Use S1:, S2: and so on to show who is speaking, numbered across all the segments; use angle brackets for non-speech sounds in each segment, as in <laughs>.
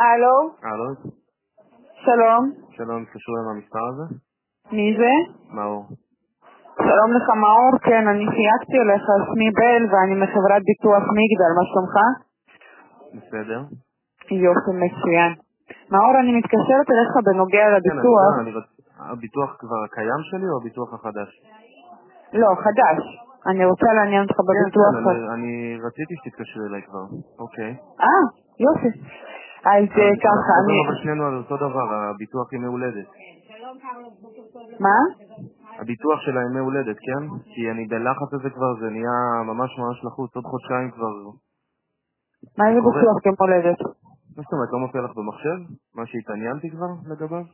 S1: הלו,
S2: הלו,
S1: שלום.
S2: שלום, התקשרו עם המספר הזה?
S1: מי זה?
S2: מאור.
S1: שלום לך מאור, כן, אני חייגתי אליך, שמי בל ואני מחברת ביטוח מגדל, מה שלומך?
S2: בסדר?
S1: יופי, מצוין. מאור, אני מתקשרת אליך בנוגע
S2: כן, אני
S1: לביטוח.
S2: יודע, אני רוצה... הביטוח כבר הקיים שלי או הביטוח החדש?
S1: לא, חדש. אני רוצה לעניין אותך
S2: כן,
S1: בביטוח.
S2: כן, אני- אני רציתי שתתקשרו אליי כבר. אוקיי.
S1: אה, יופי. אז אה,
S2: אז
S1: ככה,
S2: אנחנו
S1: אני...
S2: מדברים אבל שנינו על אותו דבר, הביטוח ימי הולדת.
S1: מה?
S2: הביטוח של הימי הולדת, כן? כי אני בלחץ הזה כבר, זה נהיה ממש ממש לחוץ, עוד חודשיים כבר...
S1: מה זה
S2: קורה.
S1: ביטוח יום הולדת?
S2: מה זאת אומרת, לא מופיע לך במחשב? מה שהתעניינתי כבר לגביו?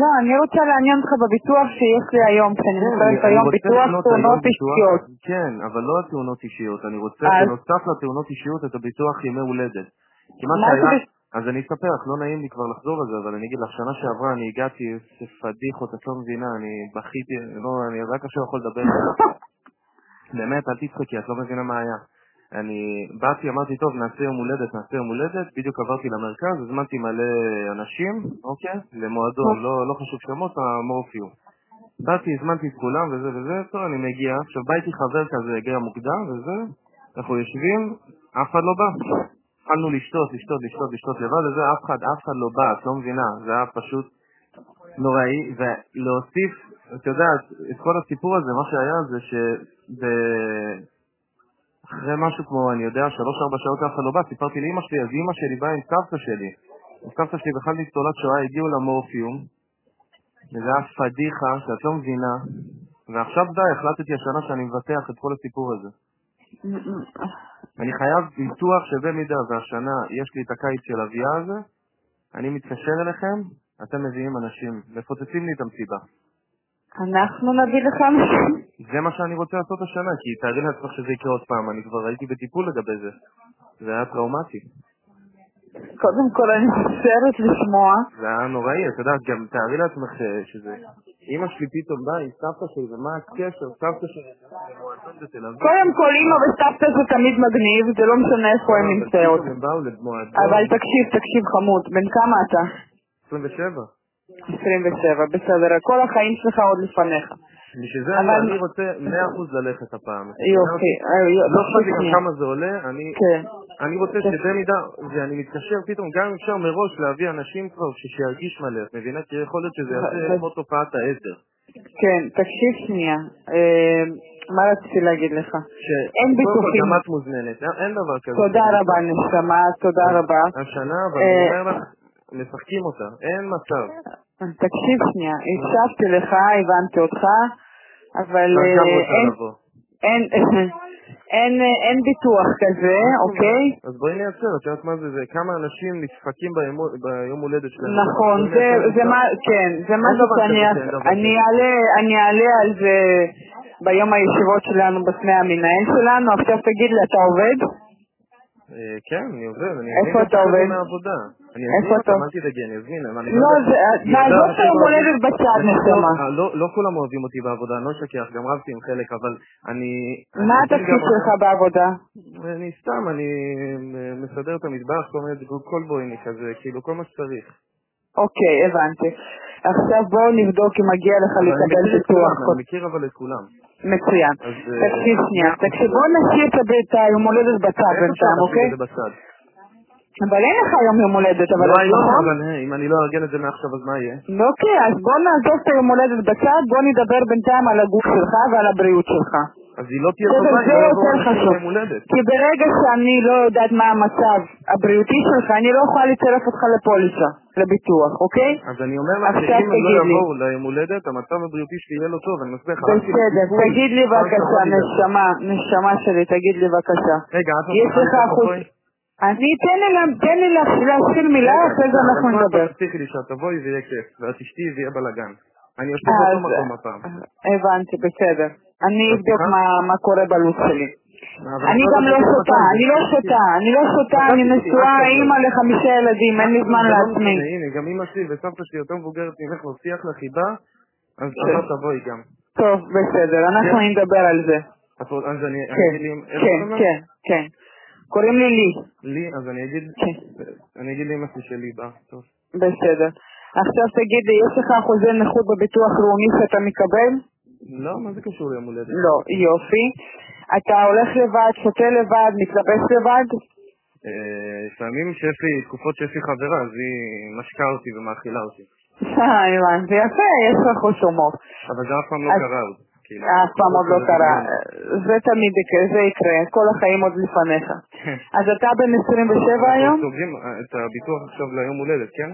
S1: לא, אני רוצה לעניין אותך בביטוח שיש לי היום, כשאני
S2: כן, אני,
S1: מסתובבת
S2: אני
S1: היום
S2: רוצה
S1: ביטוח
S2: לקנות היום
S1: תאונות
S2: ביטוח,
S1: אישיות.
S2: כן, אבל לא התאונות אישיות, אני רוצה
S1: אז
S2: בנוסף לתאונות אישיות את הביטוח ימי הולדת. כי מה
S1: מה זה
S2: שהיה,
S1: בש-
S2: אז אני אספר לך, לא נעים לי כבר לחזור לזה, אבל אני אגיד לך, שנה שעברה אני הגעתי, איזה פדיחות, את לא מבינה, אני בכיתי, לא, אני רק עכשיו יכול
S1: <laughs>
S2: לדבר על זה. באמת, אל תצחקי, את לא מבינה מה היה. אני באתי, אמרתי, טוב, נעשה יום הולדת, נעשה יום הולדת, בדיוק עברתי למרכז, הזמנתי מלא אנשים, אוקיי? למועדון, לא, לא חשוב שמות, המורפיום. באתי, הזמנתי את כולם וזה וזה, טוב, אני מגיע. עכשיו בא איתי חבר כזה, הגיע מוקדם וזה, אנחנו יושבים, אף אחד לא בא. התחלנו לשתות, לשתות, לשתות, לשתות לבד וזה, אף אחד, אף אחד לא בא, את לא מבינה, זה היה פשוט נוראי, ולהוסיף, את יודעת, את כל הסיפור הזה, מה שהיה זה שב... אחרי משהו כמו, אני יודע, שלוש-ארבע שעות אף אחד לא בא, סיפרתי לאימא שלי, אז אימא שלי באה עם סבתא שלי. אז סבתא שלי בכלל ניצולת שואה, הגיעו למורפיום, וזה היה פדיחה שאת לא מבינה, ועכשיו די, החלטתי השנה שאני מבטח את כל הסיפור הזה. אני חייב ביטוח שבמידה והשנה יש לי את הקיץ של אביה הזה, אני מתקשר אליכם, אתם מביאים אנשים, מפוצצים לי את המסיבה.
S1: אנחנו נביא לך משהו.
S2: זה מה שאני רוצה לעשות השנה, כי תארי לעצמך שזה יקרה עוד פעם, אני כבר הייתי בטיפול לגבי זה. זה היה טראומטי.
S1: קודם כל אני מצטערת לשמוע.
S2: זה היה נוראי, את יודעת, גם תארי לעצמך ש- שזה... אמא שלי פתאום באה עם סבתא שלי, ומה הקשר? סבתא שלי זה מועדון בתל אביב.
S1: קודם כל אימא וסבתא זה תמיד מגניב, זה לא משנה איפה הם
S2: אבל
S1: נמצאות.
S2: פתאום הם באו למועדון
S1: אבל תקשיב, תקשיב חמוד, בן כמה אתה?
S2: 27.
S1: 27, בסדר, כל החיים שלך עוד לפניך.
S2: בשביל זה
S1: אבל...
S2: אני אני רוצה 100% ללכת הפעם.
S1: יופי, אה, יופי,
S2: לא אכפת לי גם
S1: שנייה.
S2: כמה זה עולה, אני...
S1: כן.
S2: אני רוצה
S1: כן.
S2: שבמידה, ואני מתקשר פתאום, גם אם אפשר מראש להביא אנשים כבר, ש- שירגיש מלא, את מבינה? כי יכול להיות שזה יעשה כמו תופעת העזר.
S1: כן, תקשיב שנייה. אה, מה רציתי להגיד לך? אין
S2: קודם כל,
S1: ביטוחים.
S2: גם את מוזמנת, אין אין דבר כזה.
S1: תודה
S2: שאין
S1: רבה,
S2: ביטוח.
S1: נשמה, תודה
S2: אז
S1: רבה.
S2: השנה, אבל אני
S1: אה,
S2: אומר לך, משחקים אותה, אין מצב. אה.
S1: תקשיב שנייה, הקשבתי לך, הבנתי אותך, אבל
S2: את גם
S1: אה,
S2: רוצה
S1: אין,
S2: לבוא.
S1: אין, אין, אין ביטוח כזה,
S2: מה זאת
S1: אוקיי?
S2: אומרת? אז בואי נייצר, את יודעת מה זה, זה כמה אנשים נדפקים ביום- ביום הולדת שלהם.
S1: נכון,
S2: בואי
S1: זה,
S2: נייצר
S1: זה
S2: מוצר.
S1: מה, כן, זה
S2: אין
S1: משהו
S2: דבר
S1: שאני
S2: כזה לא
S1: אעשה.
S2: שאין דבר
S1: אני
S2: כזה.
S1: אעלה, אני אעלה על זה ביום הישיבות שלנו בפני המנהל שלנו, עכשיו תגיד לי, אתה עובד?
S2: אה, כן, אני עובד, אני אזמין
S1: איפה
S2: גם
S1: אתה
S2: חבר'ה
S1: עובד?
S2: מהעבודה. אני
S1: איפה
S2: אזמין
S1: אתה?
S2: אותם, אל תדאגי, אני אזמין, אבל אני
S1: לא,
S2: יודע,
S1: זה,
S2: אני יודע,
S1: נעזוב את
S2: אנשים
S1: היום
S2: לא אוהבים,
S1: הולדת בצד,
S2: אנשים לא,
S1: נשמה.
S2: אה, לא, לא כולם אוהבים אותי בעבודה, אני לא אשכח, גם רבתי עם חלק, אבל אני, אני
S1: מה
S2: מבין גם
S1: התפקיד
S2: אותם.
S1: שלך בעבודה?
S2: אני סתם, אני אה, מסדר את המטבח, כל מיני דגוג קולבויני כזה, כאילו כל מה שצריך.
S1: אוקיי, הבנתי. עכשיו בואו נבדוק אם מגיע לך
S2: אבל אני
S1: לקבל
S2: מכיר את
S1: ביטוח.
S2: כולם, אני מכיר אבל את כולם.
S1: מצוין.
S2: אז אה,
S1: תקשיב שנייה,
S2: מאה אחוז.
S1: תקשיב, בוא נשאיר את הב- את היום הולדת בצד
S2: איך אפשר
S1: בינתיים,
S2: להשאיר
S1: אוקיי?
S2: את זה בצד?
S1: אבל אין לך היום יום הולדת, אבל
S2: לא היום,
S1: נכון?
S2: אבל אה, אם אני לא אארגן את זה מעכשיו, אז מה יהיה?
S1: אוקיי, אז בוא נעזוב את היום הולדת בצד, בוא נדבר בינתיים על הגוף שלך ועל הבריאות שלך.
S2: אז היא לא תהיה
S1: בסדר,
S2: טובה אם
S1: זה
S2: לא יבואו
S1: יותר
S2: אנשים
S1: חשוב.
S2: ליום הולדת.
S1: כי ברגע שאני לא יודעת מה המצב הבריאותי שלך, אני לא יכולה לצרף אותך לפוליסה, לביטוח, אוקיי?
S2: אז אני אומר לך
S1: עכשיו
S2: שאם הם לא
S1: כן, תגיד לי.
S2: יבואו ליום הולדת, המצב הבריאותי שלי יהיה לא טוב, אני מסביר לך, הלכתי
S1: בסדר,
S2: לטיפול,
S1: תגיד לי
S2: פעם
S1: בבקשה,
S2: שעברה בגלל זה.
S1: נשמה, נשמה שלי, תגיד לי בבקשה.
S2: רגע, את
S1: יש
S2: מבטיחה
S1: לך
S2: לי
S1: אחוז...
S2: שתבואי?
S1: אני, תן לי, לה- תן לי לה- להשחיל מילה,
S2: רגע,
S1: אה, אחרי זה
S2: אז
S1: אנחנו
S2: מה את
S1: נדבר.
S2: תבטיחי לי שאת תבואי ויהיה כיף, ואת אשתי ויהיה בלאגן. אני יושב באותו
S1: אז אה,
S2: מקום הפעם.
S1: הבנתי, בסדר. אני אבדוק
S2: מבטיחה?
S1: מה, מה קורה בלו"ז שלי.
S2: אבל את
S1: אני
S2: לא
S1: גם לא
S2: יודעת להגיד
S1: שותה,
S2: מתי, זה
S1: אני לא
S2: תשתיתי.
S1: שותה, אני לא שותה, אני
S2: מתי
S1: נשואה,
S2: תשתיתי?
S1: אימא לחמישה ילדים, אין לי זמן
S2: זה לא
S1: לעצמי.
S2: משנה, הנה, גם אמא שלי וסבתא שלי יותר מבוגרת ממך להוסיח לך חיבה, אז אז את
S1: כן.
S2: תבואי גם.
S1: טוב, בסדר, אנחנו
S2: כן?
S1: נדבר על זה.
S2: את רוצה- אז אני אני
S1: כן,
S2: אגיד לי, איך
S1: כן,
S2: קוראים לך?
S1: כן, כן. קוראים לי לי.
S2: לי, אז אני אגיד,
S1: כן.
S2: אני אגיד לאמא שלי שליבה, טוב.
S1: בסדר. עכשיו תגיד לי, יש לך אחוזי נכות בביטוח לאומי שאתה מקבל?
S2: לא, מה זה קשור ליום הולדת?
S1: לא. יופי. אתה הולך לבד, שותה לבד, מתלבש לבד?
S2: אה, לפעמים שיש לי תקופות שיש לי חברה, אז היא משקה אותי ומאכילה אותי.
S1: אה, הבנתי. יפה, יש לך חוש הומור.
S2: אבל זה אף פעם לא
S1: אז-
S2: קרה עוד. כאילו,
S1: אף פעם עוד לא
S2: זה
S1: קרה.
S2: דמיון.
S1: זה תמיד יקרה, זה יקרה. כל החיים עוד
S2: <laughs>
S1: לפניך.
S2: כן.
S1: אז אתה בן 27 היום?
S2: אנחנו סוגרים אה, את הביטוח עכשיו ליום הולדת, כן?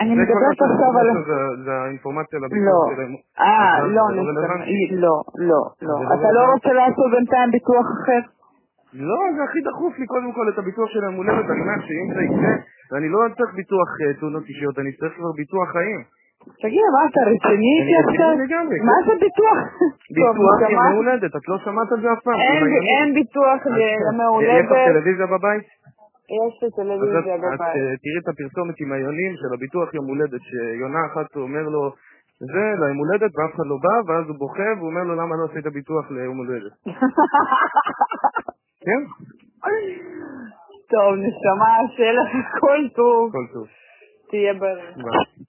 S1: אני
S2: זה כל
S1: מדברת
S2: מה
S1: עכשיו על...
S2: שזה- זה- זה האינפורמציה
S1: לא.
S2: לביטוח שלהם.
S1: אה,
S2: אז
S1: לא,
S2: זה לא
S1: נסתכל.
S2: רלוונטי.
S1: לא, לא, לא.
S2: זה לא
S1: אתה לא
S2: רלוונטי.
S1: רוצה לעשות בינתיים ביטוח אחר?
S2: לא, זה הכי דחוף לי קודם כל את הביטוח של היום הולדת, אני אומר שאם זה יקרה, ואני לא צריך ביטוח אה, תאונות אישיות, אני צריך כבר ביטוח חיים.
S1: תגיד, מה אתה רציני איתי
S2: אני
S1: עכשיו?
S2: רציני לגמרי,
S1: מה
S2: כן.
S1: זה ביטוח? טוב,
S2: <laughs> ביטוח
S1: נשמה.
S2: ימי הולדת, את לא שמעת על זה אף פעם.
S1: אין-
S2: עם הימים.
S1: אין ביטוח
S2: <laughs> אז- יש לך
S1: למהולדת.
S2: טלוויזיה בבית?
S1: יש לי
S2: אז את,
S1: טלוויזיה
S2: את
S1: בבית.
S2: אה, תראי את הפרסומת עם היונים של הביטוח יום הולדת, שיונה אחת אומר לו, זה ליום הולדת, ואף אחד לא בא, ואז הוא בוכה, והוא אומר לו, למה לא עשית ביטוח ליום הולדת? כן?
S1: טוב, נשמה, שיהיה לך כל טוב.
S2: כל טוב.
S1: תהיה בריא.
S2: ביי.